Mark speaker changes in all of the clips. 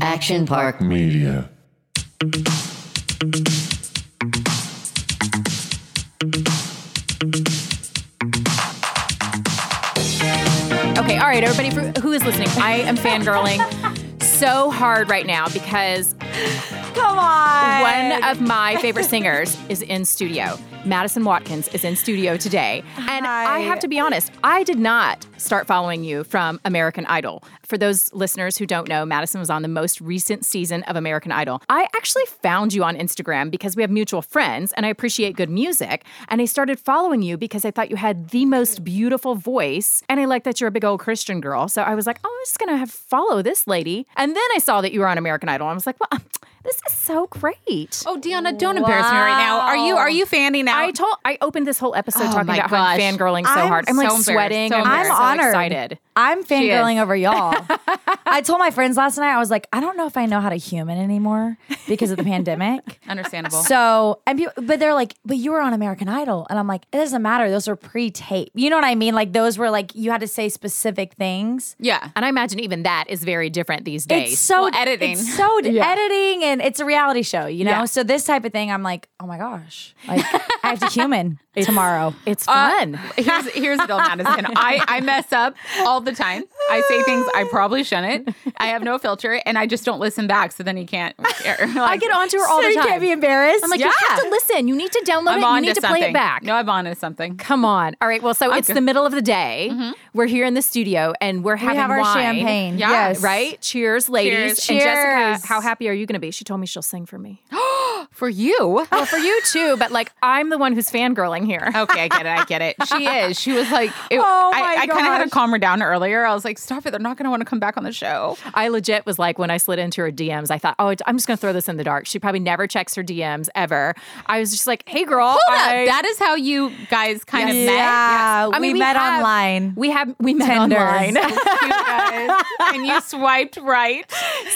Speaker 1: Action Park
Speaker 2: Media.
Speaker 3: Okay, all right, everybody for, who is listening, I am fangirling so hard right now because
Speaker 4: Come on.
Speaker 3: one of my favorite singers is in studio. Madison Watkins is in studio today. And I
Speaker 4: Hi.
Speaker 3: have to be honest, I did not start following you from American Idol. For those listeners who don't know, Madison was on the most recent season of American Idol. I actually found you on Instagram because we have mutual friends and I appreciate good music. And I started following you because I thought you had the most beautiful voice. And I like that you're a big old Christian girl. So I was like, oh, I'm just going to have follow this lady. And then I saw that you were on American Idol. I was like, well, this is so great.
Speaker 5: Oh, Deanna, don't embarrass me right now. Are you are you fanning out?
Speaker 3: I told I opened this whole episode
Speaker 5: Oh
Speaker 3: talking
Speaker 5: my
Speaker 3: about how I'm
Speaker 5: gosh.
Speaker 3: fangirling so
Speaker 4: I'm
Speaker 3: hard. I'm
Speaker 4: so
Speaker 3: like
Speaker 5: embarrassed,
Speaker 3: sweating.
Speaker 5: so
Speaker 3: I'm
Speaker 4: I'm
Speaker 3: so
Speaker 4: honored.
Speaker 3: excited.
Speaker 4: I'm fangirling
Speaker 5: is.
Speaker 4: over y'all. I told my friends last night, I was like, I don't know if I know how to human anymore because of the pandemic.
Speaker 5: Understandable.
Speaker 4: So, and people, but they're like, but you were on American Idol. And I'm like, it doesn't matter. Those are pre tape. You know what I mean? Like, those were like, you had to say specific things.
Speaker 5: yeah.
Speaker 3: And I imagine even that is very different these days.
Speaker 4: It's so
Speaker 5: Well, editing.
Speaker 4: It's so editing, and it's a reality show, you know? So, this type of thing, I'm like, oh my gosh, like, I have to human tomorrow. Uh,
Speaker 3: it's fun.
Speaker 5: Here's here's Bill Madison. I, I mess up all the time. I say things I probably shouldn't. I have no filter and I just don't listen back. So then he can't.
Speaker 3: I get onto her all
Speaker 4: so
Speaker 3: the
Speaker 4: you
Speaker 3: time.
Speaker 4: can't be embarrassed.
Speaker 3: I'm like, you have to listen. You need to download
Speaker 5: I'm
Speaker 3: it. You
Speaker 5: on
Speaker 3: need to
Speaker 5: something.
Speaker 3: play it back.
Speaker 5: No, I'm on to something.
Speaker 3: Come on. All right. Well, so it's the middle of the day. We're here in the studio and we're
Speaker 4: we
Speaker 3: having
Speaker 4: have our
Speaker 3: wine,
Speaker 4: champagne.
Speaker 5: Yeah,
Speaker 4: Yes.
Speaker 3: Right? Cheers, ladies. And
Speaker 5: Cheers.
Speaker 4: Cheers.
Speaker 3: Jessica, how happy are you going to be? She told me she'll sing for me.
Speaker 5: For you.
Speaker 3: well, for you too, but like I'm the one who's fangirling here.
Speaker 5: Okay, I get it. I get it. She is. She was like, it,
Speaker 4: Oh my
Speaker 5: I, I kind of had to
Speaker 4: gosh.
Speaker 5: calm her down earlier. I was like, stop it. They're not going to want to come back on the show.
Speaker 3: I legit was like, when I slid into her DMs, I thought, oh, I'm just going to throw this in the dark. She probably never checks her DMs ever. I was just like, hey, girl.
Speaker 5: Hold up.
Speaker 3: I-
Speaker 5: That is how you guys kind of met.
Speaker 4: Yeah,
Speaker 3: I mean,
Speaker 4: we, met
Speaker 3: have-
Speaker 4: online.
Speaker 3: We have we met
Speaker 4: Tinder.
Speaker 3: online.
Speaker 5: You guys. and you swiped right,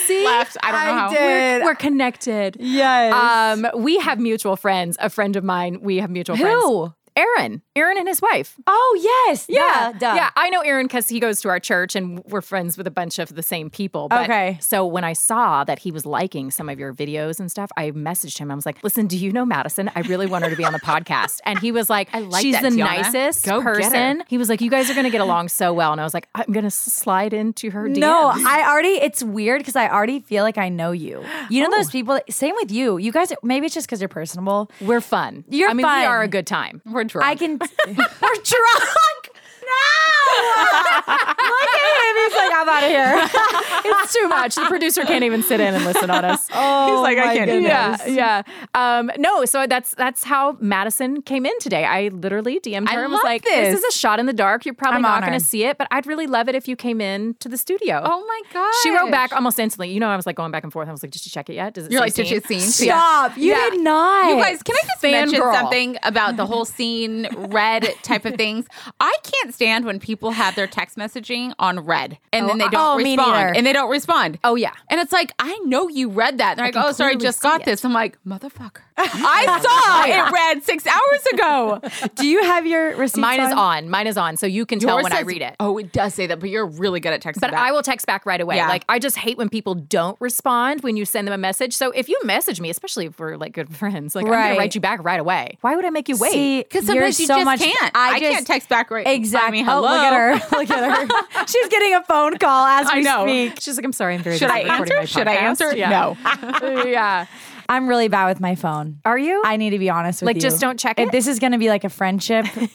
Speaker 3: See,
Speaker 5: left. I don't know how.
Speaker 3: We're, we're connected.
Speaker 4: Yes.
Speaker 3: Um, we have mutual friends. A friend of mine. We have mutual friends.
Speaker 4: Who?
Speaker 3: Aaron. Aaron and his wife.
Speaker 4: oh, yes. Yeah. duh.
Speaker 3: Yeah, I know Aaron because he goes to our church and we're friends with a bunch of the same people. But,
Speaker 4: Okay.
Speaker 3: So when I saw that he was liking some of your videos and stuff, I messaged him. I was like, listen, do you know Madison? I really want her to be on the podcast. And he was like,
Speaker 5: like
Speaker 3: she's
Speaker 5: that,
Speaker 3: the
Speaker 5: Tiana.
Speaker 3: nicest
Speaker 5: Go get her.
Speaker 3: person. He was like, you guys are going to get along so well. And I was like, I'm going to slide into her DMs.
Speaker 4: No, I already, it's weird because I already feel like I know you. You
Speaker 5: Oh.
Speaker 4: know those people, same with you. You guys, maybe it's just because you're personable.
Speaker 3: We're fun.
Speaker 4: You're
Speaker 3: I mean, we
Speaker 4: fun.
Speaker 3: are a good time.
Speaker 5: We're drunk.
Speaker 4: I can, we're drunk. No! Look at him. He's like, I'm out of here.
Speaker 3: it's too much. The producer can't even sit in and listen on us.
Speaker 4: Oh,
Speaker 5: like, I can't do
Speaker 4: goodness.
Speaker 3: Yeah, yeah. Um, no, so that's that's how Madison came in today. I literally DM'd her
Speaker 5: I
Speaker 3: and was
Speaker 5: love
Speaker 3: like, this.
Speaker 5: this.
Speaker 3: is a shot in the dark. You're probably
Speaker 4: I'm
Speaker 3: not going
Speaker 4: honored.
Speaker 3: to see it, but I'd really love it if you came in to the studio."
Speaker 5: oh my God.
Speaker 3: She wrote back almost instantly. You know, I was like going back and forth. I was like, "Did you check it yet? Does it?"
Speaker 5: You're
Speaker 3: say
Speaker 5: like, did you
Speaker 3: seen?"
Speaker 5: see?
Speaker 4: Stop. You
Speaker 3: Yeah.
Speaker 4: did not.
Speaker 5: You guys, can I just mention
Speaker 3: Fangirl.
Speaker 5: something about the whole scene red type of things? I can't stand when people have their text messaging on red and then they
Speaker 4: oh,
Speaker 5: don't
Speaker 4: me neither.
Speaker 5: respond. And they don't respond.
Speaker 3: Oh yeah.
Speaker 5: And it's like, I know you read that. They're like,
Speaker 3: can
Speaker 5: oh, sorry,
Speaker 3: clearly
Speaker 5: just
Speaker 3: see
Speaker 5: got
Speaker 3: it.
Speaker 5: this. I'm like, motherfucker. Oh, I saw it read six hours ago.
Speaker 4: do you have your receipt?
Speaker 3: Mine is on. Mine is on, so you can tell
Speaker 5: Yours
Speaker 3: when I
Speaker 5: says-
Speaker 3: read it.
Speaker 5: Oh, it does say that, but you're really good at texting.
Speaker 3: But
Speaker 5: back.
Speaker 3: I will text back right away.
Speaker 5: Yeah.
Speaker 3: Like I just hate when people don't respond when you send them a message. So if you message me, especially if we're like good friends, like I'm
Speaker 4: Right.
Speaker 3: gonna write you back right away. Why would I make you wait?
Speaker 4: See,
Speaker 5: 'Cause
Speaker 4: you're
Speaker 5: sometimes you
Speaker 4: so
Speaker 5: just
Speaker 4: much,
Speaker 5: can't. I can't text back right- I mean,
Speaker 4: Exactly.
Speaker 5: hello.
Speaker 4: Oh, look at her. Look at her. She's getting a phone call as we
Speaker 5: I know.
Speaker 4: speak.
Speaker 3: She's like, I'm sorry, I'm very
Speaker 5: Should I
Speaker 3: busy recording
Speaker 5: answer?
Speaker 3: my
Speaker 5: Should I
Speaker 3: podcast."
Speaker 5: answer?
Speaker 3: Yeah.
Speaker 5: No. yeah.
Speaker 4: I'm really bad with my phone.
Speaker 3: Are you?
Speaker 4: I need to be honest with
Speaker 3: Like,
Speaker 4: you.
Speaker 3: just don't check it?
Speaker 4: This is going to be like a friendship. from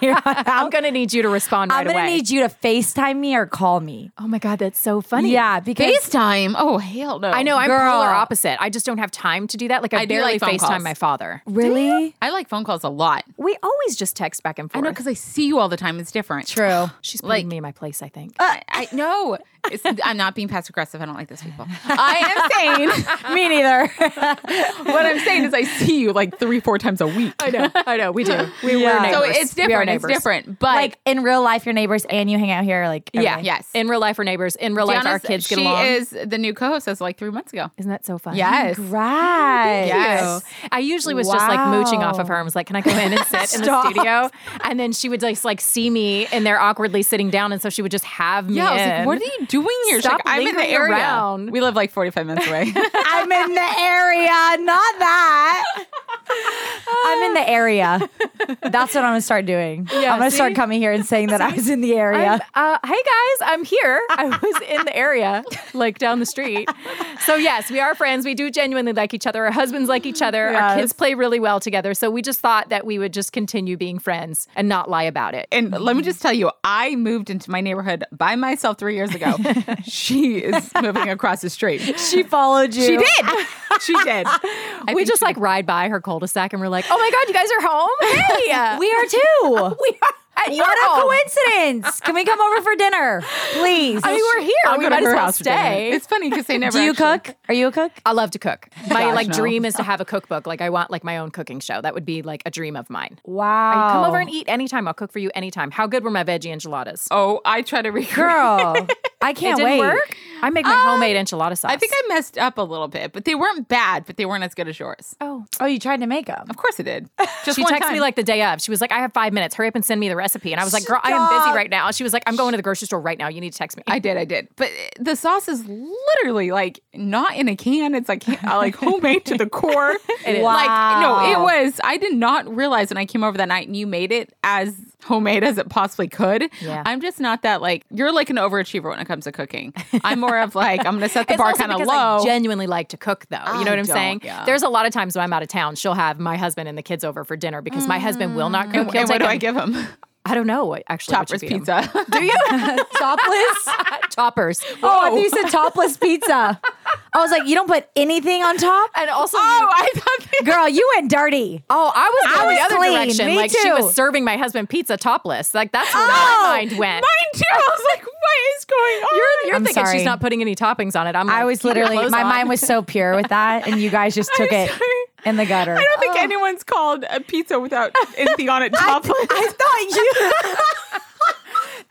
Speaker 4: here on out.
Speaker 3: I'm gonna need you to respond right
Speaker 4: I'm going to
Speaker 3: away.
Speaker 4: need you to FaceTime me or call me.
Speaker 3: oh my god, that's so funny.
Speaker 4: Yeah, because
Speaker 5: FaceTime. Oh, hell no.
Speaker 3: I know. I'm
Speaker 4: Girl.
Speaker 3: polar opposite. I just don't have time to do that. Like I,
Speaker 5: I do
Speaker 3: barely
Speaker 5: like phone
Speaker 3: FaceTime
Speaker 5: calls.
Speaker 3: my father.
Speaker 4: really
Speaker 5: I like phone calls a lot.
Speaker 3: We always just text back and
Speaker 5: I
Speaker 3: forth.
Speaker 5: know because I see you all the time. It's different.
Speaker 4: true.
Speaker 3: she's putting
Speaker 5: like-
Speaker 3: me in my place. I think.
Speaker 5: Uh, I know. It's- I'm not being passive aggressive. I don't like those people. I am saying
Speaker 4: me neither.
Speaker 5: what I'm saying is, I see you like three, four times a week.
Speaker 3: I know, I know, we do. We were
Speaker 4: Yeah.
Speaker 3: neighbors.
Speaker 5: So it's
Speaker 3: We are
Speaker 5: different. It's
Speaker 3: neighbors.
Speaker 5: different. But
Speaker 4: like in real life, your neighbors and you hang out here, like every
Speaker 5: yeah,
Speaker 4: day.
Speaker 5: yes.
Speaker 3: In real life, we're neighbors. In real life, our
Speaker 5: Gianna's-
Speaker 3: kids get
Speaker 5: she
Speaker 3: along.
Speaker 5: is the new co-host as of, like three months ago.
Speaker 3: Isn't that so fun?
Speaker 5: Yes.
Speaker 4: Right.
Speaker 5: Yes.
Speaker 3: I usually was just like mooching off of her
Speaker 4: Wow.
Speaker 3: and was like, Can I come in and sit in the
Speaker 4: Stop.
Speaker 3: studio? And then she would just like see me in there awkwardly sitting down. And so she would just have me.
Speaker 5: Yeah, I was
Speaker 3: in.
Speaker 5: like, what are you doing here? She's
Speaker 3: Stop
Speaker 5: like, I'm in the
Speaker 3: lingering
Speaker 5: area.
Speaker 3: around.
Speaker 5: We live like 45 minutes away.
Speaker 4: I'm in the area, not that. I'm in the area. That's what I'm gonna start doing. I'm gonna start
Speaker 3: see?
Speaker 4: coming here and saying that I was in the area.
Speaker 3: I'm, uh, hey guys, I'm here. I was in the area, like down the street. So yes, we are friends. We do genuinely like each other. Our husbands like each other. Our
Speaker 4: Yes.
Speaker 3: kids play really well together. So we just thought that we would just continue being friends and not lie about it.
Speaker 5: and let me just tell you, I moved into my neighborhood by myself three years ago. she is moving across the street.
Speaker 4: she followed you.
Speaker 5: She did. She did. I
Speaker 3: we
Speaker 5: think
Speaker 3: just
Speaker 5: she-
Speaker 3: like ride by her cul-de-sac and we're like, oh my god, you guys are home. Hey,
Speaker 4: We are too.
Speaker 3: we are. at your
Speaker 4: what a
Speaker 3: home.
Speaker 4: coincidence. Can we come over for dinner, please?
Speaker 3: I mean, we're here.
Speaker 5: I'll
Speaker 3: we
Speaker 5: go to
Speaker 3: might as
Speaker 5: her
Speaker 3: well
Speaker 5: house for dinner.
Speaker 3: stay.
Speaker 5: It's funny because they never.
Speaker 4: Do you
Speaker 5: actually-
Speaker 4: cook? Are you a cook?
Speaker 3: I love to cook. My
Speaker 5: Gosh,
Speaker 3: like
Speaker 5: no.
Speaker 3: dream is to have a cookbook. Like I want like my own cooking show. That would be like a dream of mine.
Speaker 4: Wow.
Speaker 3: Come over and eat anytime. I'll cook for you anytime. How good were my veggie enchiladas?
Speaker 5: Oh, I try to recreate.
Speaker 4: girl. I can't
Speaker 3: it
Speaker 4: wait.
Speaker 3: didn't work. Um, I make my homemade enchilada sauce.
Speaker 5: I think I messed up a little bit, but they weren't bad, but they weren't as good as yours.
Speaker 3: Oh,
Speaker 4: Oh, you tried to make them.
Speaker 5: Of course, I did. Just
Speaker 3: she
Speaker 5: one
Speaker 3: texted
Speaker 5: time.
Speaker 3: me like the day of. She was like, "I have five minutes. Hurry up and send me the recipe." And I was like, "Girl, I am busy
Speaker 4: Stop.
Speaker 3: right now." She was like, "I'm going to the grocery store right now. You need to text me."
Speaker 5: I did, I did. But eh, the sauce is literally like not in a can. It's like uh, like homemade to the core.
Speaker 4: is.
Speaker 5: Like no, it
Speaker 4: Wow.
Speaker 5: was. I did not realize when I came over that night and you made it as homemade as it possibly could.
Speaker 3: Yeah.
Speaker 5: I'm just not that like you're like an overachiever when it comes to cooking. I'm more of like I'm gonna set the
Speaker 3: It's
Speaker 5: bar
Speaker 3: also
Speaker 5: kind of
Speaker 3: because I
Speaker 5: low.
Speaker 3: genuinely like to cook, though. You know
Speaker 5: I
Speaker 3: what I'm
Speaker 5: don't,
Speaker 3: saying?
Speaker 5: yeah.
Speaker 3: There's a lot of times when I'm out of town, she'll have my husband and the kids over for dinner because my husband will not cook.
Speaker 5: and
Speaker 3: He'll
Speaker 5: Mm. what do
Speaker 3: take
Speaker 5: I
Speaker 3: him-
Speaker 5: give him?
Speaker 3: I don't know. what- Actually, what
Speaker 5: Toppers
Speaker 3: you feed him.
Speaker 5: pizza.
Speaker 4: Do you? Topless?
Speaker 3: toppers.
Speaker 4: Oh, I thought you said topless pizza. I was like, you don't put anything on top?
Speaker 3: And also,
Speaker 5: oh, I thought they-
Speaker 4: Girl, you went dirty.
Speaker 3: Oh, I was going
Speaker 4: I was
Speaker 3: the other
Speaker 4: clean.
Speaker 3: direction.
Speaker 4: Me
Speaker 3: like she
Speaker 4: too.
Speaker 3: was serving my husband pizza topless. Like that's where
Speaker 4: Oh,
Speaker 3: my mind went.
Speaker 5: mine too. I was like, what is going on?
Speaker 3: You're, you're
Speaker 4: I'm
Speaker 3: thinking
Speaker 4: sorry.
Speaker 3: she's not putting any toppings on it. I'm. Like,
Speaker 4: I was
Speaker 3: keep your
Speaker 4: literally,
Speaker 3: clothes
Speaker 4: my
Speaker 3: on.
Speaker 4: mind was so pure with that, and you guys just took it
Speaker 5: sorry.
Speaker 4: in the gutter. Oh.
Speaker 5: I don't think anyone's called a pizza without anything on it topless.
Speaker 4: I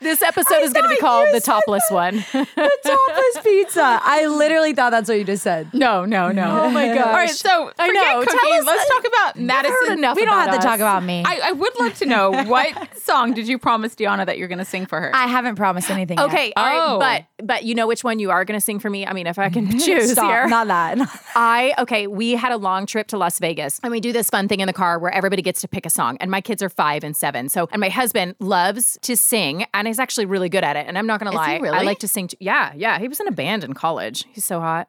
Speaker 3: This episode is going to be
Speaker 4: thought
Speaker 3: called
Speaker 4: you
Speaker 3: the
Speaker 4: said
Speaker 3: topless one.
Speaker 4: thought you topless pizza. I literally thought that's what you just said.
Speaker 5: No, no, no. Oh my
Speaker 4: gosh.
Speaker 5: All right, so
Speaker 3: I
Speaker 5: I
Speaker 3: know.
Speaker 5: know.
Speaker 3: Tell us-
Speaker 5: Let's talk about Madison.
Speaker 3: enough
Speaker 4: We don't
Speaker 3: about
Speaker 4: have to
Speaker 3: us.
Speaker 4: talk about me.
Speaker 5: I,
Speaker 4: I,
Speaker 5: I would love to know what song did you promise Deanna that you're going to sing for her?
Speaker 4: haven't promised anything. yet.
Speaker 3: Okay, all right,
Speaker 5: Oh.
Speaker 3: but but you know which one you are going to sing for me? I mean, if I can choose
Speaker 4: Stop.
Speaker 3: here.
Speaker 4: Not that.
Speaker 3: I okay, we had a long trip to Las Vegas and we do this fun thing in the car where everybody gets to pick a song and my kids are 5 and 7. So and my husband loves to sing and he's actually really good at it and I'm not going to
Speaker 5: he
Speaker 3: lie. I
Speaker 5: really?
Speaker 3: like to sing t- Yeah, yeah, he was in a band in college. He's so hot.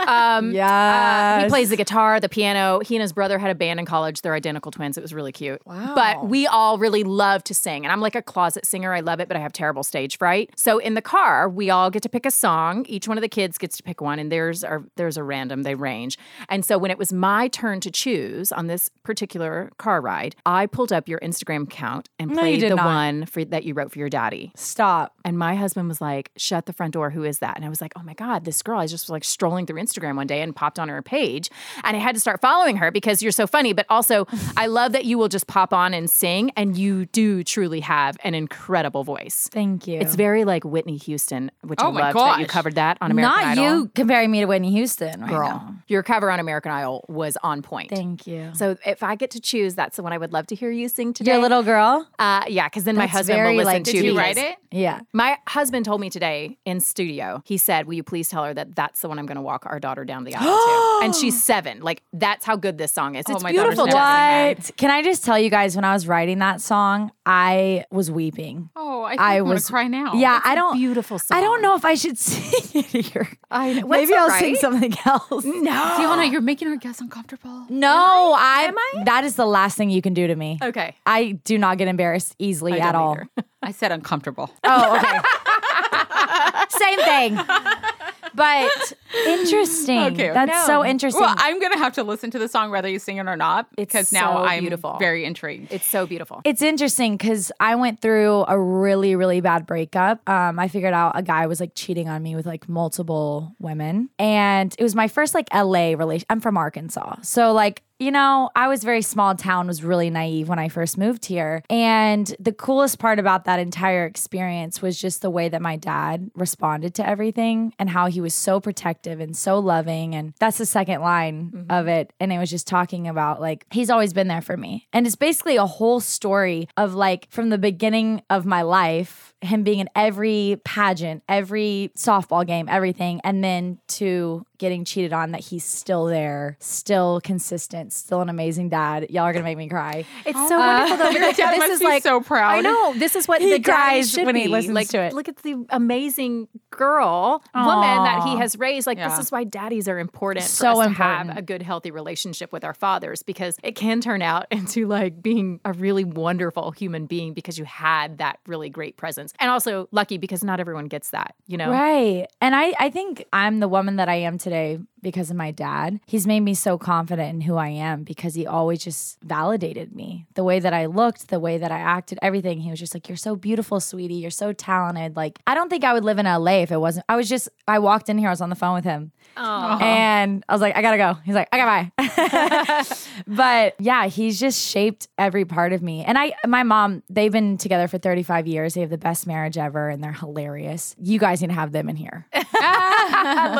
Speaker 4: yeah.
Speaker 3: Uh, he Um, plays the guitar, the piano. He and his brother had a band in college. They're identical twins. It was really cute. Wow. But we all really love to sing. And I'm like a closet singer. I love it, but I have terrible stage fright. So in the car, we all get to pick a song. Each one of the kids gets to pick one, and there's are there's a random, they range. And so when it was my turn to choose on this particular car ride, I pulled up your Instagram account and
Speaker 4: you
Speaker 3: played
Speaker 4: did
Speaker 3: the
Speaker 4: not.
Speaker 3: one for that you wrote for your daddy.
Speaker 4: Stop.
Speaker 3: And my husband was like, shut the front door. Who is that? And I was like, oh my God, this girl. I was just like strolling through Instagram one day and popped on her page. And I had to start following her because you're so funny. But also, I love that you will just pop on and sing. And you do truly have an incredible voice.
Speaker 4: Thank you.
Speaker 3: It's very like Whitney Houston, which I
Speaker 5: Oh my
Speaker 3: loved that you
Speaker 5: gosh.
Speaker 3: covered that on American
Speaker 4: Not
Speaker 3: Idol.
Speaker 4: you comparing me to Whitney Houston, right
Speaker 3: girl.
Speaker 4: now.
Speaker 3: Your cover on American Idol was on point.
Speaker 4: Thank you.
Speaker 3: so if I get to choose, that's the one I would love to hear you sing today.
Speaker 4: Your little girl.
Speaker 3: uh, yeah, because then my
Speaker 4: That's
Speaker 3: husband will
Speaker 4: very,
Speaker 3: listen
Speaker 4: like,
Speaker 3: to
Speaker 5: did you
Speaker 3: because-
Speaker 5: write it?
Speaker 4: Yeah.
Speaker 3: my husband told me today in studio, he said, Will you please tell her that that's the one I'm going to walk our daughter down the aisle to? And she's seven. Like, that's how good this song is. It's
Speaker 5: Oh my daughter's
Speaker 3: beautiful,
Speaker 5: never
Speaker 3: Justin.
Speaker 4: What? Can I just tell you guys when I was writing that song, I was weeping.
Speaker 5: Oh, I, think
Speaker 4: I
Speaker 5: I was
Speaker 4: was
Speaker 5: to cry now.
Speaker 4: Yeah, I don't
Speaker 3: beautiful
Speaker 4: I
Speaker 3: song.
Speaker 4: don't know if I should sing it here.
Speaker 3: I- that's
Speaker 4: Maybe I'll
Speaker 3: all
Speaker 4: sing
Speaker 3: right.
Speaker 4: something else.
Speaker 3: No.
Speaker 5: Deanna, you're making our guests uncomfortable.
Speaker 4: No, I, that is the last thing you can do to me.
Speaker 3: Okay.
Speaker 4: I do not get embarrassed easily at all.
Speaker 5: I said uncomfortable.
Speaker 4: Oh, okay. Same thing. But Interesting.
Speaker 5: Okay,
Speaker 3: no.
Speaker 4: That's so interesting.
Speaker 5: Well, I'm gonna have to listen to the song whether you sing it or not
Speaker 3: It's
Speaker 5: because now
Speaker 3: so
Speaker 5: I'm
Speaker 3: beautiful.
Speaker 5: very intrigued.
Speaker 3: It's so beautiful.
Speaker 4: It's interesting because I went through a really, really bad breakup. Um, I figured out a guy was like cheating on me with like multiple women. And it was my first like LA relation. I'm from Arkansas. So, like, you know, I was very small town, was really naive when I first moved here. And the coolest part about that entire experience was just the way that my dad responded to everything and how he was so protective and so loving. And that's the second line
Speaker 3: Mm-hmm.
Speaker 4: of it. And it was just talking about like, he's always been there for me. And it's basically a whole story of like from the beginning of my life, him being in every pageant, every softball game, everything. And then to getting cheated on, that he's still there, still consistent, still an amazing dad. Y'all are going to make me cry. Uh,
Speaker 3: It's so wonderful though.
Speaker 5: Your dad
Speaker 3: this
Speaker 5: must
Speaker 3: is
Speaker 5: be
Speaker 3: like
Speaker 5: so proud.
Speaker 3: I know this is what
Speaker 4: He
Speaker 3: the daddy
Speaker 4: cries
Speaker 3: should
Speaker 4: when he
Speaker 3: be.
Speaker 4: listens
Speaker 3: like,
Speaker 4: to it.
Speaker 3: Look at the amazing girl woman that he has raised. Like this is why daddies are important.
Speaker 4: So
Speaker 3: for us to have
Speaker 4: important.
Speaker 3: a good, healthy relationship with our fathers because it can turn out into like being a really wonderful human being because you had that really great presence and also lucky because not everyone gets that. You know,
Speaker 4: Right. And I, I think I'm the woman that I am today because of my dad. He's made me so confident in who I am because he always just validated me. The way that I looked, the way that I acted, everything. He was just like, You're so beautiful, sweetie. You're so talented. Like, I don't think I would live in LA if it wasn't. I was just, I walked in here, I was on the phone with him. And I was like, I gotta go. He's like, okay, bye. but yeah, he's just shaped every part of me. And I, my mom, they've been together for 35 years. They have the best marriage ever, and they're hilarious. You guys need to have them in here.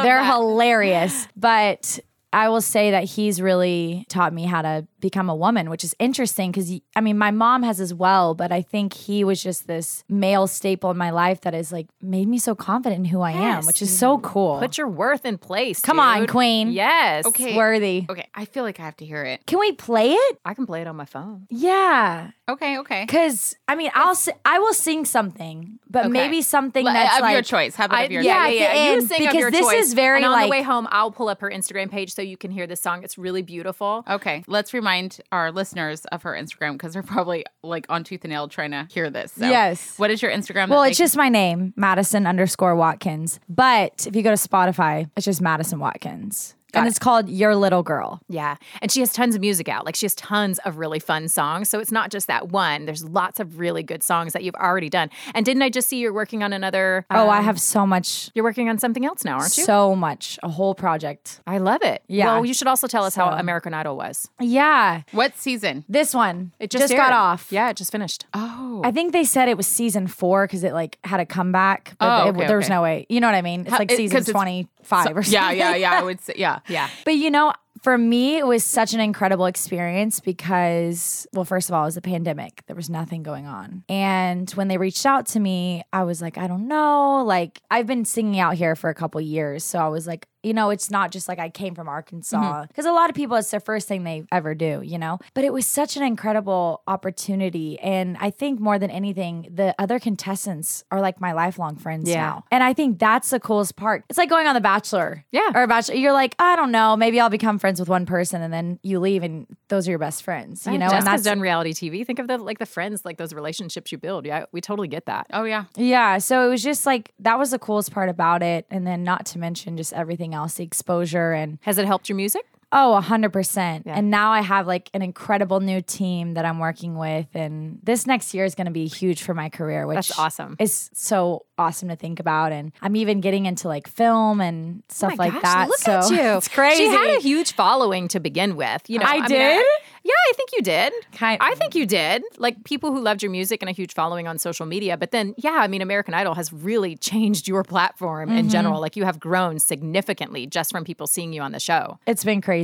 Speaker 4: they're hilarious. But I will say that he's really taught me how to become a woman, which is interesting because I mean, my mom has as well, but I think he was just this male staple in my life that has like made me so confident in who I am, which is so cool.
Speaker 3: put your worth in place.
Speaker 4: Come on,
Speaker 3: dude.
Speaker 4: queen.
Speaker 3: Yes.
Speaker 5: Okay.
Speaker 4: worthy.
Speaker 5: Okay, I feel like I have to hear it.
Speaker 4: Can we play it?
Speaker 3: I can play it on my phone.
Speaker 4: Yeah,
Speaker 5: Okay, okay.
Speaker 4: because I mean, I'll si- I will sing something, but
Speaker 5: Okay.
Speaker 4: maybe something
Speaker 5: L-
Speaker 4: that's
Speaker 5: of
Speaker 4: like
Speaker 5: your choice. How about
Speaker 3: I-
Speaker 5: of your
Speaker 4: yeah,
Speaker 5: choice?
Speaker 4: yeah, yeah.
Speaker 3: You
Speaker 4: And
Speaker 3: sing of
Speaker 4: because
Speaker 3: your
Speaker 4: this
Speaker 3: choice.
Speaker 4: is very,
Speaker 3: and on
Speaker 4: like-
Speaker 3: the way home, I'll pull up her Instagram page so you can hear this song. It's really beautiful.
Speaker 5: Okay, let's remind our listeners of her Instagram because they're probably like on tooth and nail trying to hear this. So,
Speaker 4: Yes.
Speaker 5: What is your Instagram?
Speaker 4: Well,
Speaker 5: that
Speaker 4: it's
Speaker 5: they-
Speaker 4: just my name, Madison underscore Watkins. But if you go to Spotify, it's just Madison Watkins, and it's called Your Little Girl.
Speaker 3: Yeah. And she has tons of music out. Like she has tons of really fun songs. So it's not just that one. There's lots of really good songs that you've already done. And didn't I just see you're working on another
Speaker 4: Oh, I
Speaker 3: um,
Speaker 4: have so much,
Speaker 3: you're working on something else now, aren't you?
Speaker 4: so much, a whole project.
Speaker 3: I love it.
Speaker 4: Yeah.
Speaker 3: Well, you should also tell us how American Idol was.
Speaker 4: Yeah,
Speaker 5: what season?
Speaker 4: this one it just,
Speaker 3: aired.
Speaker 4: got off.
Speaker 3: Yeah, it just finished.
Speaker 5: Oh,
Speaker 4: I think they said it was season four because it like had a comeback, but
Speaker 5: Oh,
Speaker 4: it-
Speaker 5: okay,
Speaker 4: there was
Speaker 5: okay.
Speaker 4: no way. You know what I mean? It's
Speaker 5: How-
Speaker 4: like
Speaker 5: it-
Speaker 4: season
Speaker 5: 'cause it's-
Speaker 4: twenty five or something.
Speaker 5: yeah, yeah, yeah. I would say, yeah,
Speaker 3: Yeah.
Speaker 4: But you know, for me, it was such an incredible experience because, well, first of all, it was the pandemic. There was nothing going on. And when they reached out to me, I was like, I don't know. Like, I've been singing out here for a couple years. So I was like, you know, it's not just like I came from Arkansas. Because a lot of people, it's their first thing they ever do, you know? But it was such an incredible opportunity. And I think more than anything, the other contestants are like my lifelong friends
Speaker 3: Yeah.
Speaker 4: now. And I think that's the coolest part. It's like going on The Bachelor.
Speaker 3: Yeah.
Speaker 4: Or a Bachelor. You're like, I don't know, maybe I'll become friends with one person and then you leave and those are your best friends, you know?
Speaker 3: Jessica's
Speaker 4: And that's
Speaker 3: done reality TV. Think of the like the friends, like those relationships you build. Yeah, we totally get that.
Speaker 5: Oh, yeah.
Speaker 4: Yeah. So it was just like, that was the coolest part about it. And then not to mention just everything else, the exposure and
Speaker 3: Has it helped your music?
Speaker 4: Oh, 100%. And now I have like an incredible new team that I'm working with. And this next year is going to be huge for my career, which
Speaker 3: That's awesome.
Speaker 4: is so awesome to think about. And I'm even getting into like film and stuff
Speaker 3: Oh my
Speaker 4: like
Speaker 3: gosh,
Speaker 4: that.
Speaker 3: Look
Speaker 4: so
Speaker 3: at you.
Speaker 4: it's crazy.
Speaker 3: She had a huge following to begin with. You know,
Speaker 4: I
Speaker 3: mean,
Speaker 4: did?
Speaker 3: yeah, I think you did.
Speaker 4: Kind-
Speaker 3: I think you did. Like people who loved your music and a huge following on social media. But then, yeah, I mean, American Idol has really changed your platform
Speaker 4: Mm-hmm.
Speaker 3: in general. Like you have grown significantly just from people seeing you on the show.
Speaker 4: It's been crazy.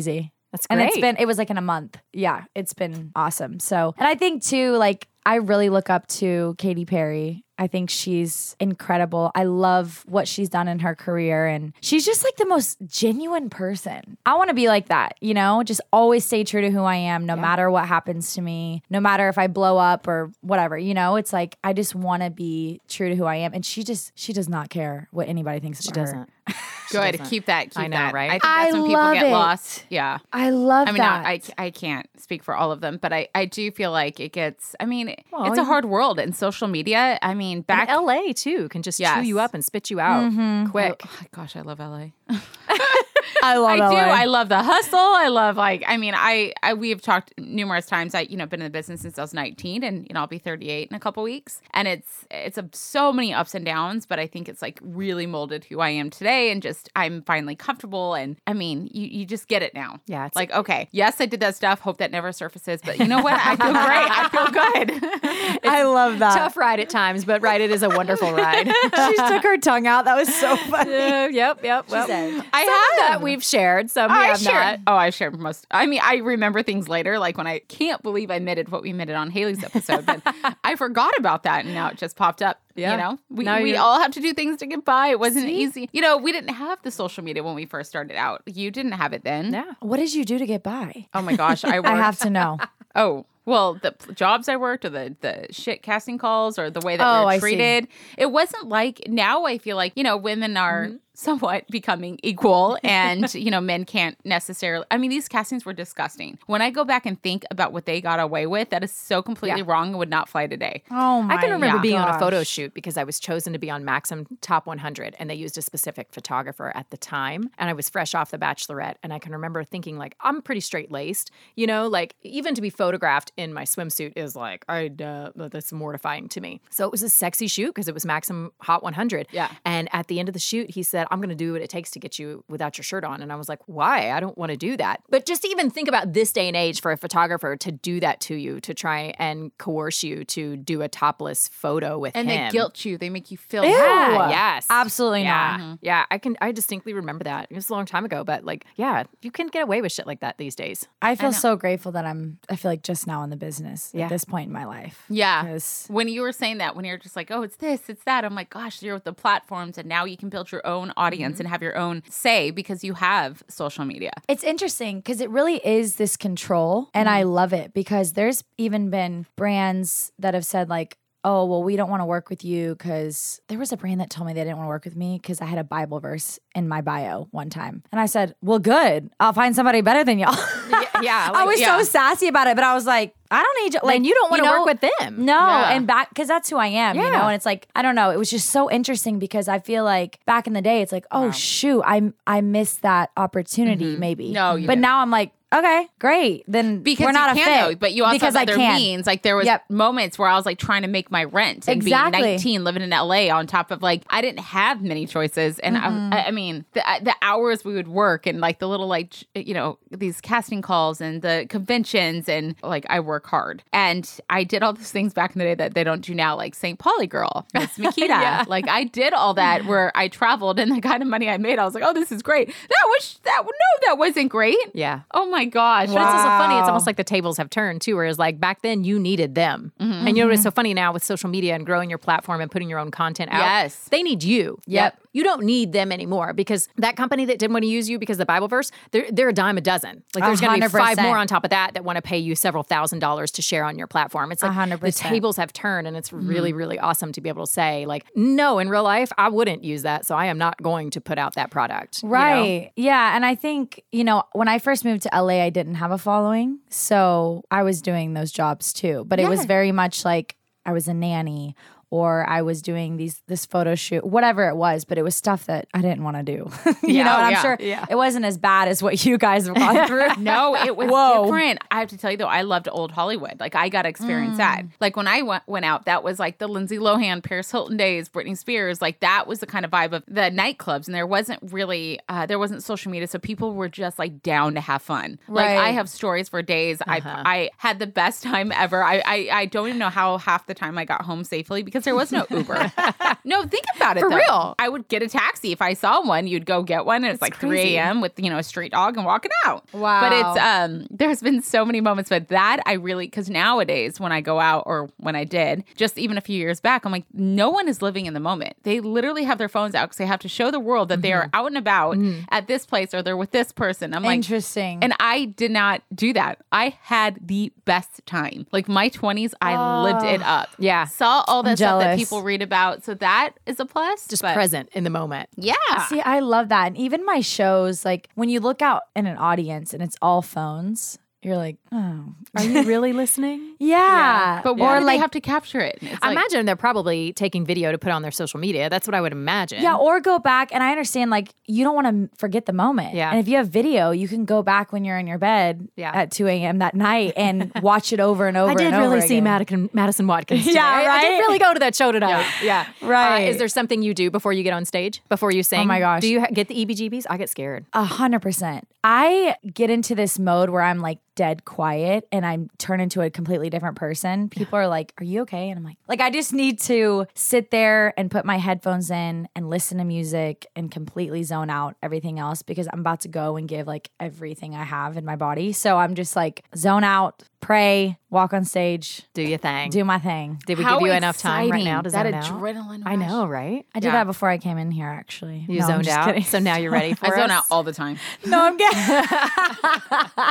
Speaker 3: That's
Speaker 4: And it's
Speaker 3: great.
Speaker 4: been it was like in a month. Yeah, it's been awesome. So, and I think too like I really look up to Katy Perry. I think she's incredible. I love what she's done in her career and she's just like the most genuine person. I want to be like that, you know? Just always stay true to who I am no matter what happens to me, no matter if I blow up or whatever, you know? It's like I just want to be true to who I am and she just she does not care what anybody thinks about her.
Speaker 3: Doesn't she
Speaker 5: Good.
Speaker 3: doesn't.
Speaker 5: Keep that. Keep
Speaker 3: I know,
Speaker 5: that.
Speaker 3: right?
Speaker 5: I think that's
Speaker 4: I
Speaker 5: when people
Speaker 4: love
Speaker 5: get
Speaker 4: it.
Speaker 5: lost. Yeah.
Speaker 4: I love
Speaker 5: I mean,
Speaker 4: that.
Speaker 5: not- I, I can't speak for all of them, but I, I do feel like it gets, I mean,
Speaker 3: Well,
Speaker 5: it's a
Speaker 3: you-
Speaker 5: hard world and social media. I mean, back.
Speaker 3: And LA too can just chew
Speaker 5: Yes.
Speaker 3: you up and spit you out
Speaker 4: Mm-hmm.
Speaker 3: quick.
Speaker 5: Oh, gosh, I love LA.
Speaker 4: I love
Speaker 5: I do.
Speaker 4: LA.
Speaker 5: I love the hustle. I love like I mean, I, I we've talked numerous times. I you know been in the business since I was 19, and you know I'll be 38 in a couple weeks. And it's it's a, so many ups and downs, but I think it's like really molded who I am today, and just I'm finally comfortable. And I mean, you you just get it now.
Speaker 3: Yeah, it's-
Speaker 5: It's like okay, yes, I did that stuff. Hope that never surfaces. But you know what? I feel great. I feel good.
Speaker 4: I love that.
Speaker 3: Tough ride at times, but right, it is a wonderful ride.
Speaker 4: she took her tongue out. That was so funny.
Speaker 3: Uh, yep, yep. Well,
Speaker 4: said,
Speaker 5: I
Speaker 3: some
Speaker 5: have.
Speaker 3: that we've shared, some we
Speaker 5: I
Speaker 3: have
Speaker 5: shared.
Speaker 3: not.
Speaker 5: Oh, I shared most. I mean, I remember things later, like when I can't believe I admitted what we admitted on Haley's episode, but I forgot about that, and now it just popped up.
Speaker 3: Yeah.
Speaker 5: You know, we,
Speaker 3: Now
Speaker 5: we
Speaker 3: you-
Speaker 5: all have to do things to get by. It wasn't easy. You know, we didn't have the social media when we first started out. You didn't have it then.
Speaker 3: Yeah.
Speaker 4: What did you do to get by?
Speaker 5: Oh my gosh, I worked.
Speaker 4: I have to know.
Speaker 5: Oh. Well, the p- jobs I worked, or the, the shit casting calls, or the way that
Speaker 4: Oh,
Speaker 5: we we're
Speaker 4: I see.
Speaker 5: treated, it wasn't like now. I feel like you know, women are somewhat becoming equal, and you know, men can't necessarily. I mean, these castings were disgusting. When I go back and think about what they got away with, that is so completely wrong and would not fly today.
Speaker 4: Oh my!
Speaker 3: I can remember
Speaker 5: yeah.
Speaker 3: being on a
Speaker 4: gosh.
Speaker 3: photo shoot because I was chosen to be on Maxim Top 100, and they used a specific photographer at the time. And I was fresh off The Bachelorette, and I can remember thinking, like, I'm pretty straight laced, you know, like even to be photographed in my swimsuit is like, I uh, that's mortifying to me. So it was a sexy shoot because it was Maxim Hot 100.
Speaker 5: Yeah.
Speaker 3: And at the end of the shoot, he said, I'm going to do what it takes to get you without your shirt on. And I was like, why? I don't want to do that. But just even think about this day and age for a photographer to do that to you, to try and coerce you to do a topless photo with
Speaker 5: And
Speaker 3: him.
Speaker 5: they guilt you. They make you feel.
Speaker 3: Yeah,
Speaker 4: Ew.
Speaker 3: yes.
Speaker 4: Absolutely
Speaker 3: yeah.
Speaker 4: not.
Speaker 3: Yeah. I can, I distinctly remember that. It was a long time ago, but like, yeah, you can get away with shit like that these days.
Speaker 4: I feel so grateful that I'm. I feel like just now in the business
Speaker 3: Yeah.
Speaker 4: at this point in my life.
Speaker 5: Yeah.
Speaker 4: 'Cause-
Speaker 5: When you were saying that, when you're just like, oh, it's this, it's that, I'm like, gosh, you're with the platforms, and now you can build your own audience and have your own say because you have social media.
Speaker 4: It's interesting because it really is this control, and I love it because there's even been brands that have said like, "Oh, well, we don't want to work with you," because there was a brand that told me they didn't want to work with me because I had a Bible verse in my bio one time, and I said, "Well, good, I'll find somebody better than y'all."
Speaker 3: yeah.
Speaker 4: I was
Speaker 5: yeah.
Speaker 4: so sassy about it, but I was like, "I don't need you." Like,
Speaker 3: and you don't want to
Speaker 4: know,
Speaker 3: work with them.
Speaker 4: No,
Speaker 5: Yeah.
Speaker 4: and back because that's who I am, you
Speaker 3: Yeah.
Speaker 4: know. And it's like I don't know. It was just so interesting because I feel like back in the day, it's like, oh shoot, I I missed that opportunity, maybe.
Speaker 5: Mm-hmm. No, you
Speaker 4: but
Speaker 5: didn't.
Speaker 4: now I'm like, okay, great. Then
Speaker 5: because
Speaker 4: we're not
Speaker 5: you
Speaker 4: a
Speaker 5: can
Speaker 4: fit,
Speaker 5: though, but you also
Speaker 4: because
Speaker 5: have other
Speaker 4: I can.
Speaker 5: means. Like there was
Speaker 4: Yep.
Speaker 5: moments where I was like trying to make my rent and
Speaker 4: Exactly.
Speaker 5: being 19, living in LA on top of like I didn't have many choices, and
Speaker 4: Mm-hmm.
Speaker 5: I, I- I mean the uh, the hours we would work and like the little like ch- you know these casting calls and the conventions and like I work hard and I did all those things back in the day that they don't do now, like St. Pauli girl, Miss Makita, like I did all that where I traveled and the kind of money I made, I was like, oh, this is great. That was that no, that wasn't great.
Speaker 3: Yeah.
Speaker 5: Oh my gosh.
Speaker 3: But it's also funny. It's
Speaker 4: Wow.
Speaker 3: almost like the tables have turned too, whereas like back then you needed them. And you know what's so funny now with social media and growing your platform and putting your own content out?
Speaker 5: Yes.
Speaker 3: They need you.
Speaker 5: Yep.
Speaker 3: You don't need them anymore because that company that didn't want to use you because of the Bible verse, they're, they're a dime a dozen. Like there's going to be five
Speaker 4: 100%.
Speaker 3: more on top of that that want to pay you several thousand dollars to share on your platform. It's like the
Speaker 4: 100%.
Speaker 3: tables have turned and it's really, really awesome to be able to say like, no, in real life, I wouldn't use that. So I am not going to put out that product. you know?
Speaker 4: Right. Yeah. And I think, you know, when I first moved to LA, I didn't have a following. So I was doing those jobs too. But it was very much like I was a nanny or I was doing these this photo shoot, whatever it was, but it was stuff that I didn't want to do. you
Speaker 5: Yeah.
Speaker 4: know, and I'm
Speaker 5: Yeah.
Speaker 4: sure it wasn't as bad as what you guys have gone through.
Speaker 5: No, it was
Speaker 4: Whoa.
Speaker 5: different. I have to tell you though, I loved old Hollywood. Like I got to experience that. Like when I went went out, that was like the Lindsay Lohan, Paris Hilton days, Britney Spears. Like that was the kind of vibe of the nightclubs, and there wasn't really uh, there wasn't social media, so people were just like down to have fun. Like
Speaker 4: Right.
Speaker 5: I have stories for days.
Speaker 4: Uh-huh.
Speaker 5: I I had the best time ever. I, I I don't even know how half the time I got home safely because there was no Uber. no, think about it
Speaker 3: For
Speaker 5: though.
Speaker 3: real.
Speaker 5: I would get a taxi if I saw one. You'd go get one, and it's like
Speaker 4: crazy.
Speaker 5: three a.m. with you know a street dog and walking out.
Speaker 4: Wow.
Speaker 5: But it's um there's been so many moments but that I really cuz nowadays when I go out or when I did just even a few years back I'm like no one is living in the moment. They literally have their phones out cuz they have to show the world that they are
Speaker 4: Mm-hmm.
Speaker 5: out and about at this place or they're with this person. I'm like
Speaker 4: Mm. Interesting.
Speaker 5: and I did not do that. I had the best time. Like my 20s I lived it up.
Speaker 3: Ah. Yeah.
Speaker 5: Saw all that that
Speaker 4: jealous.
Speaker 5: people read about. So that is a plus.
Speaker 3: Just
Speaker 5: but-
Speaker 3: present in the moment.
Speaker 5: Yeah.
Speaker 4: See, I love that. And even my shows, like when you look out in an audience and it's all phones, you're like, oh,
Speaker 3: Are you really listening?
Speaker 4: yeah.
Speaker 5: But why
Speaker 4: or
Speaker 5: do
Speaker 4: like,
Speaker 5: they have to capture it? It's
Speaker 3: I
Speaker 5: like,
Speaker 3: imagine they're probably taking video to put on their social media. That's what I would imagine.
Speaker 4: yeah, or go back. And I understand, like, you don't want to forget the moment.
Speaker 3: Yeah.
Speaker 4: And if you have video, you can go back when you're in your bed
Speaker 3: Yeah.
Speaker 4: at 2 a.m. that night and watch it over and over.
Speaker 3: I did
Speaker 4: and over
Speaker 3: really see
Speaker 4: again.
Speaker 3: Madison, Madison Watkins. Today.
Speaker 4: Yeah,
Speaker 3: I did
Speaker 4: right?
Speaker 3: really go to that show tonight. Yeah,
Speaker 4: Right.
Speaker 3: Uh, is there something you do before you get on stage? Before you sing?
Speaker 4: my gosh.
Speaker 3: Do you ha- get the E EBGBs? I get scared.
Speaker 4: A hundred percent. I get into this mode where I'm like dead quiet and I turn into a completely different person. People are like, Are you okay? And I'm like, like I just need to sit there and put my headphones in and listen to music and completely zone out everything else because I'm about to go and give like everything I have in my body. So I'm just like zone out, pray, walk on stage,
Speaker 3: Do your thing.
Speaker 4: do my thing.
Speaker 3: Did we
Speaker 5: how
Speaker 3: give you enough time right now to zone
Speaker 5: exciting. that
Speaker 3: out?
Speaker 5: adrenaline.
Speaker 3: I
Speaker 5: rush.
Speaker 3: know, right?
Speaker 4: I did
Speaker 5: Yeah.
Speaker 4: that before I came in here actually.
Speaker 3: You
Speaker 4: No, I'm
Speaker 3: zoned
Speaker 4: just
Speaker 3: out,
Speaker 4: kidding.
Speaker 3: so now you're ready for
Speaker 5: I
Speaker 3: us?
Speaker 5: zone out all the time.
Speaker 4: no, I'm getting
Speaker 5: I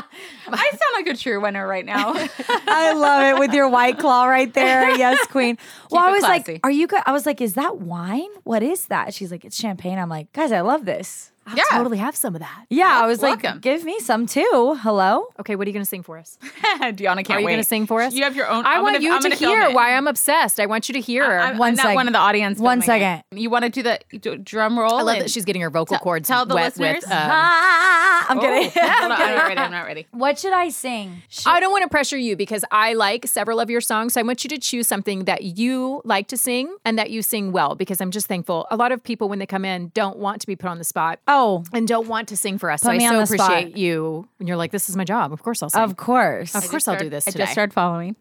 Speaker 5: sound like a true winner right now.
Speaker 4: I love it with your white claw right there. Yes, queen. well,
Speaker 5: Keep
Speaker 4: I
Speaker 5: it
Speaker 4: was
Speaker 5: classy.
Speaker 4: like, are you? Go-? I was like, is that wine? What is that? She's like, it's champagne. I'm like, guys, I love this.
Speaker 3: I'll
Speaker 5: Yeah.
Speaker 3: totally have some of that.
Speaker 4: Yeah, I was
Speaker 5: welcome.
Speaker 4: like, give me some too. Hello.
Speaker 3: Okay, what are you going to sing for us?
Speaker 5: Deanna can't
Speaker 3: Are you
Speaker 5: wait.
Speaker 3: going to sing for us?
Speaker 5: You have your own.
Speaker 3: I
Speaker 5: I'm
Speaker 3: want
Speaker 5: gonna-
Speaker 3: you
Speaker 5: I'm
Speaker 3: to
Speaker 5: gonna film
Speaker 3: hear
Speaker 5: it.
Speaker 3: why I'm obsessed. I want you to hear.
Speaker 5: I-
Speaker 3: I,
Speaker 5: I'm,
Speaker 4: One
Speaker 5: I'm not
Speaker 4: second.
Speaker 5: one of the audience.
Speaker 4: One
Speaker 5: filming it.
Speaker 4: second.
Speaker 5: You want to do the do, drum roll?
Speaker 3: love
Speaker 5: and-
Speaker 3: that she's getting her vocal cords
Speaker 5: tell the
Speaker 3: wet with.
Speaker 5: listeners.
Speaker 3: um,
Speaker 4: Ah, I'm
Speaker 5: Oh,
Speaker 4: kidding.
Speaker 5: hold on, I'm not ready. I'm not ready.
Speaker 4: What should I sing? Sh-
Speaker 3: I don't want to pressure you because I like several of your songs. So I want you to choose something that you like to sing and that you sing well because I'm just thankful. A lot of people, when they come in, don't want to be put on the spot
Speaker 4: oh,
Speaker 3: and don't want to sing for us. so
Speaker 4: Put me
Speaker 3: I
Speaker 4: on
Speaker 3: so
Speaker 4: the spot.
Speaker 3: appreciate you. And you're like, this is my job. Of course I'll sing.
Speaker 4: of course.
Speaker 3: Of course I'll do this
Speaker 5: I
Speaker 3: today.
Speaker 5: just started following.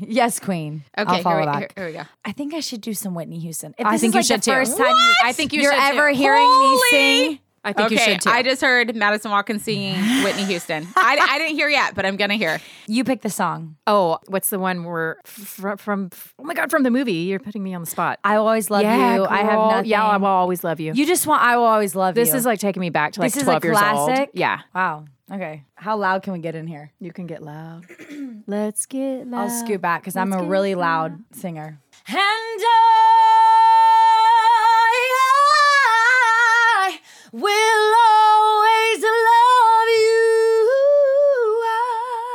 Speaker 4: Yes, queen.
Speaker 5: Okay,
Speaker 4: I'll follow
Speaker 5: here, we-
Speaker 4: back.
Speaker 5: here, here we go.
Speaker 4: I think I should do some Whitney Houston. If
Speaker 3: I
Speaker 4: this
Speaker 3: think
Speaker 4: is
Speaker 3: you
Speaker 4: like
Speaker 3: should
Speaker 4: the
Speaker 3: too.
Speaker 4: first time you,
Speaker 3: I think you
Speaker 4: you're
Speaker 3: should
Speaker 4: ever
Speaker 3: too.
Speaker 4: hearing
Speaker 5: Holy-
Speaker 4: me sing.
Speaker 3: I think you
Speaker 5: okay,
Speaker 3: should too.
Speaker 5: I just heard Madison Watkins singing Whitney Houston. I, I didn't hear yet, but I'm gonna hear.
Speaker 4: You pick the song.
Speaker 3: oh, what's the one where from, from, oh my God, from the movie? You're putting me on the spot.
Speaker 4: I will always love
Speaker 3: yeah,
Speaker 4: you. I have
Speaker 3: girl.
Speaker 4: nothing.
Speaker 3: Yeah, I will always love you.
Speaker 4: You just want. I will always love
Speaker 3: this
Speaker 4: you.
Speaker 3: is like taking me back to like
Speaker 4: This is a
Speaker 3: 12 years old.
Speaker 4: classic?
Speaker 3: Yeah.
Speaker 4: wow. Okay. How loud can we get in here?
Speaker 3: You can get loud. Let's get loud.
Speaker 4: I'll scoot back because I'm a really loud singer.
Speaker 1: And I, I will always love you.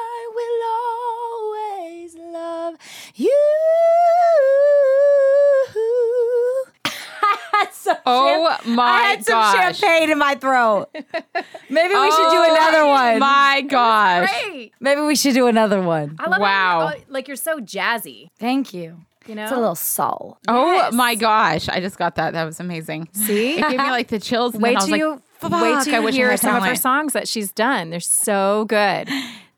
Speaker 1: I will always love you.
Speaker 5: Oh my
Speaker 4: I had some
Speaker 5: gosh.
Speaker 4: champagne in my throat. Maybe we should do
Speaker 5: Oh
Speaker 4: another one.
Speaker 5: My gosh.
Speaker 4: Maybe we should do another one.
Speaker 3: I love wow.
Speaker 5: Wow.
Speaker 3: like you're so jazzy,
Speaker 4: Thank you.
Speaker 3: you know?
Speaker 4: It's a little soul.
Speaker 5: Oh my gosh. I just got that. That was amazing.
Speaker 3: See?
Speaker 5: It gave me like the chills. And
Speaker 3: Wait
Speaker 5: then I was
Speaker 3: till
Speaker 5: like,
Speaker 3: you
Speaker 5: fuck,
Speaker 3: wait till
Speaker 5: I
Speaker 3: you
Speaker 5: wish I
Speaker 3: hear
Speaker 5: had
Speaker 3: some of her
Speaker 5: talent.
Speaker 3: songs that she's done. They're so good.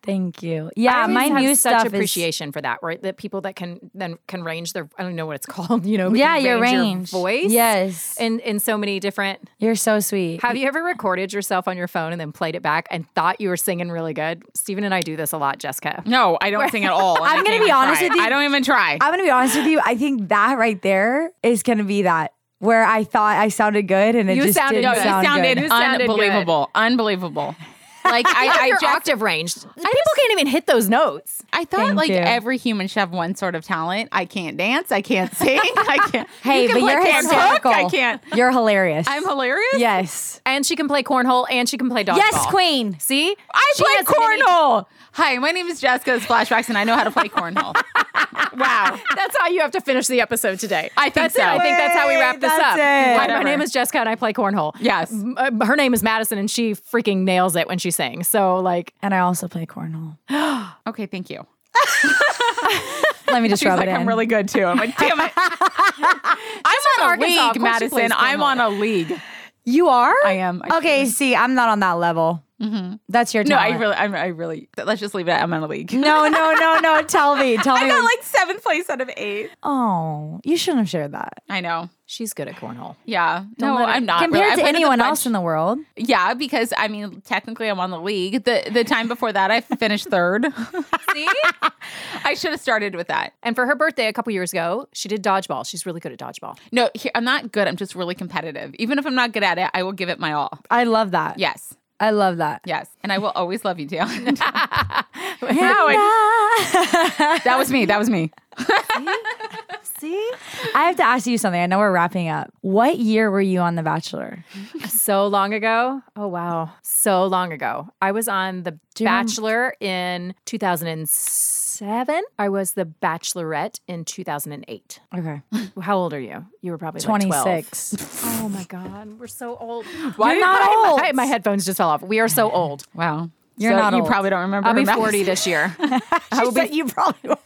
Speaker 4: Thank you. Yeah,
Speaker 3: always
Speaker 4: my
Speaker 3: have
Speaker 4: new
Speaker 3: such
Speaker 4: stuff is.
Speaker 3: appreciation for that, right? That people that can then can range their I don't know what it's called, you know? but
Speaker 4: Yeah,
Speaker 3: can
Speaker 4: your range.
Speaker 3: voice,
Speaker 4: Yes.
Speaker 3: in in so many different.
Speaker 4: You're so sweet.
Speaker 3: Have you ever recorded yourself on your phone and then played it back and thought you were singing really good? Stephen and I do this a lot, Jessica.
Speaker 5: No, I don't sing at all. and I
Speaker 4: I'm gonna
Speaker 5: can't
Speaker 4: be
Speaker 5: even
Speaker 4: honest
Speaker 5: try.
Speaker 4: with you.
Speaker 5: I don't even try.
Speaker 4: I'm gonna be honest with you. I think that right there is gonna be that where I thought I sounded good and it
Speaker 3: You
Speaker 4: just
Speaker 3: sounded-
Speaker 5: no,
Speaker 4: didn't
Speaker 5: you
Speaker 4: sound
Speaker 5: sounded,
Speaker 4: good.
Speaker 3: You sounded good.
Speaker 5: unbelievable. Unbelievable. Like I, I
Speaker 3: your
Speaker 5: just,
Speaker 3: octave range. People can't even hit those notes.
Speaker 5: I thought
Speaker 4: Thank
Speaker 5: like
Speaker 4: you.
Speaker 5: every human should have one sort of talent. I can't dance. I can't sing. I can't.
Speaker 4: Hey,
Speaker 5: you can
Speaker 4: but
Speaker 5: play
Speaker 4: you're
Speaker 5: can't hook,
Speaker 4: hysterical.
Speaker 5: I can't.
Speaker 4: You're hilarious.
Speaker 5: I'm hilarious.
Speaker 4: yes.
Speaker 3: And she can play cornhole and she can play dodgeball.
Speaker 4: Yes, queen.
Speaker 3: See?
Speaker 5: I
Speaker 3: She
Speaker 5: play
Speaker 3: has many-
Speaker 5: cornhole. Hi, my name is Jessica. It's flashbacks, and I know how to play cornhole. wow.
Speaker 3: That's how you have to finish the episode today.
Speaker 5: I think
Speaker 3: that's
Speaker 5: so.
Speaker 3: It. I think that's how we wrap this
Speaker 4: Wait,
Speaker 3: up.
Speaker 4: that's it.
Speaker 3: Hi, my
Speaker 5: Whatever.
Speaker 3: name is Jessica and I play cornhole.
Speaker 5: Yes.
Speaker 3: M- uh, Her name is Madison and she freaking nails it when she sings. So, like,
Speaker 4: And I also play cornhole.
Speaker 5: Okay. Thank you.
Speaker 4: Let me just
Speaker 5: She's
Speaker 4: rub
Speaker 5: like,
Speaker 4: it in.
Speaker 5: I'm really good too. I'm like, damn it. I'm on a
Speaker 3: Arkansas. Of course
Speaker 5: league,
Speaker 3: she plays
Speaker 5: Madison. I'm on a league.
Speaker 4: you are?
Speaker 5: I am. I Mm-hmm.
Speaker 4: okay, see, I'm not on that level. That's your
Speaker 5: No, I
Speaker 4: talent.
Speaker 5: really, I'm, I really. Let's just leave it. at I'm on a league.
Speaker 4: No, no, no, no. Tell me. Tell
Speaker 5: I
Speaker 4: me.
Speaker 5: got like seventh place out of eight.
Speaker 4: oh, you shouldn't have shared that.
Speaker 5: I know.
Speaker 3: she's good at cornhole.
Speaker 5: Yeah. no,
Speaker 3: let it-
Speaker 5: I'm not. really.
Speaker 4: Compared
Speaker 5: I
Speaker 4: to
Speaker 5: played at the
Speaker 4: anyone
Speaker 5: French-
Speaker 4: else in the world.
Speaker 5: Yeah, because I mean, technically, I'm on the league. the The time before that, I finished third. See, I should have started with that.
Speaker 3: And for her birthday a couple years ago, she did dodgeball. She's really good at dodgeball.
Speaker 5: No, here, I'm not good. I'm just really competitive. Even if I'm not good at it, I will give it my all.
Speaker 4: I love that.
Speaker 5: Yes,
Speaker 4: I love that.
Speaker 5: yes, and I will always love you, Dale.
Speaker 4: Yeah.
Speaker 5: that was me. That was me.
Speaker 1: See?
Speaker 4: I have to ask you something. I know we're wrapping up. What year were you on The Bachelor?
Speaker 3: so long ago. Oh wow, so long ago. I was on The
Speaker 4: you remem-
Speaker 3: Bachelor in 2007. I was The Bachelorette in 2008.
Speaker 4: Okay.
Speaker 3: How old are you? You were probably like 12.
Speaker 4: 26.
Speaker 3: Oh my god, we're so old.
Speaker 4: Why
Speaker 3: You're
Speaker 4: did
Speaker 3: not
Speaker 4: my-
Speaker 3: old.
Speaker 4: my- my
Speaker 3: headphones just fell off. We are so old.
Speaker 5: Wow.
Speaker 4: You're
Speaker 5: So
Speaker 4: not
Speaker 5: You
Speaker 4: old.
Speaker 5: probably don't remember.
Speaker 3: I'll be
Speaker 5: Max.
Speaker 3: 40 this year.
Speaker 4: I will be- you probably were.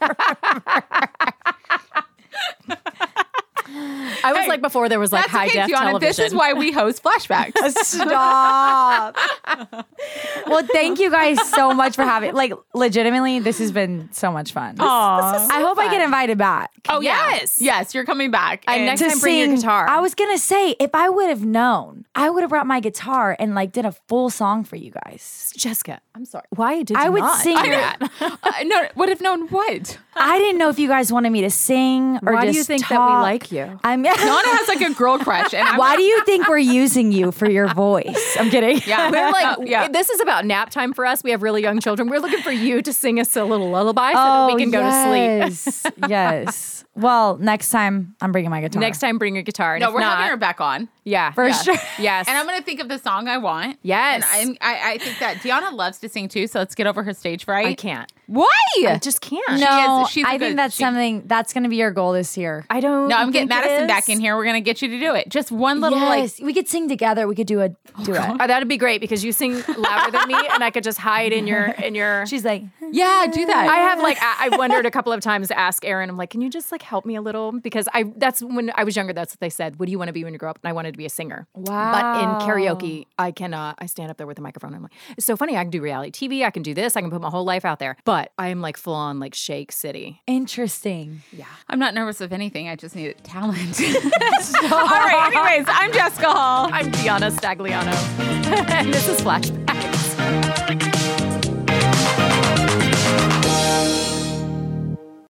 Speaker 3: I was like before there was like
Speaker 5: That's
Speaker 3: high
Speaker 5: okay,
Speaker 3: def
Speaker 5: Tiana.
Speaker 3: television.
Speaker 5: This is why we host flashbacks.
Speaker 1: Stop.
Speaker 4: well, thank you guys so much for having. Like, legitimately, this has been so much fun. I hope I get invited back.
Speaker 5: oh yeah.
Speaker 3: Yes.
Speaker 5: Yes, you're coming back.
Speaker 3: And next time bring your guitar.
Speaker 4: I was gonna say if I would have known, I would have brought my guitar and like did a full song for you guys.
Speaker 3: Jessica, I'm sorry. Why did
Speaker 4: I
Speaker 3: you
Speaker 4: would
Speaker 3: not
Speaker 4: sing
Speaker 3: do
Speaker 4: it.
Speaker 3: that?
Speaker 5: uh, no, would have known what?
Speaker 4: I didn't know if you guys wanted me to sing or
Speaker 3: Why do
Speaker 4: just
Speaker 3: you think that we
Speaker 4: talk.
Speaker 3: like you?
Speaker 4: I'm.
Speaker 5: Donna has like a girl crush, and I'm
Speaker 4: Why do you think we're using you for your voice? I'm kidding.
Speaker 5: Yeah.
Speaker 3: We're like,
Speaker 5: yeah.
Speaker 3: this is about nap time for us. We have really young children. We're looking for you to sing us a little lullaby so
Speaker 5: Oh,
Speaker 3: that we can go to sleep.
Speaker 4: Oh, yes. to sleep. yes. Well, next time I'm bringing my guitar.
Speaker 3: Next time, bring your guitar. And
Speaker 5: No,
Speaker 3: if
Speaker 5: we're
Speaker 3: not,
Speaker 5: having her back on.
Speaker 3: Yeah,
Speaker 4: For
Speaker 3: yeah,
Speaker 4: sure.
Speaker 3: Yes,
Speaker 5: And I'm gonna think of the song I want.
Speaker 3: Yes.
Speaker 5: And I'm, I, I think that Deanna loves to sing too, so let's get over her stage fright.
Speaker 3: I can't.
Speaker 5: Why?
Speaker 3: I just can't.
Speaker 4: No,
Speaker 5: She is- she's a
Speaker 4: I think
Speaker 5: good-
Speaker 4: that's
Speaker 5: she-
Speaker 4: something that's going to be your goal this year.
Speaker 3: I don't.
Speaker 5: no, I'm getting
Speaker 3: think it
Speaker 5: Madison
Speaker 3: is.
Speaker 5: back in here. We're gonna get you to do it. Just one little like
Speaker 4: yes, we could sing together. We could do a duet.
Speaker 3: Oh, that'd be great because you sing louder than me, and I could just hide in your in your.
Speaker 4: She's like, "Hmm,
Speaker 5: Yeah, do that.
Speaker 3: I have like I, I wondered a couple of times to ask Aaron. I'm like, can you just like help me a little because I that's when I was younger. That's what they said. What do you want to be when you grow up? And I wanted to be a singer. But in karaoke, I cannot. I stand up there with a microphone. I'm like, it's so funny. I can do reality TV. I can do this. I can put my whole life out there. But I am like full on like Shake City.
Speaker 4: interesting.
Speaker 5: I'm not nervous of anything. I just need talent. All right. Anyways, I'm Jessica Hall.
Speaker 3: I'm Gianna Stagliano, and this is Flashbacks.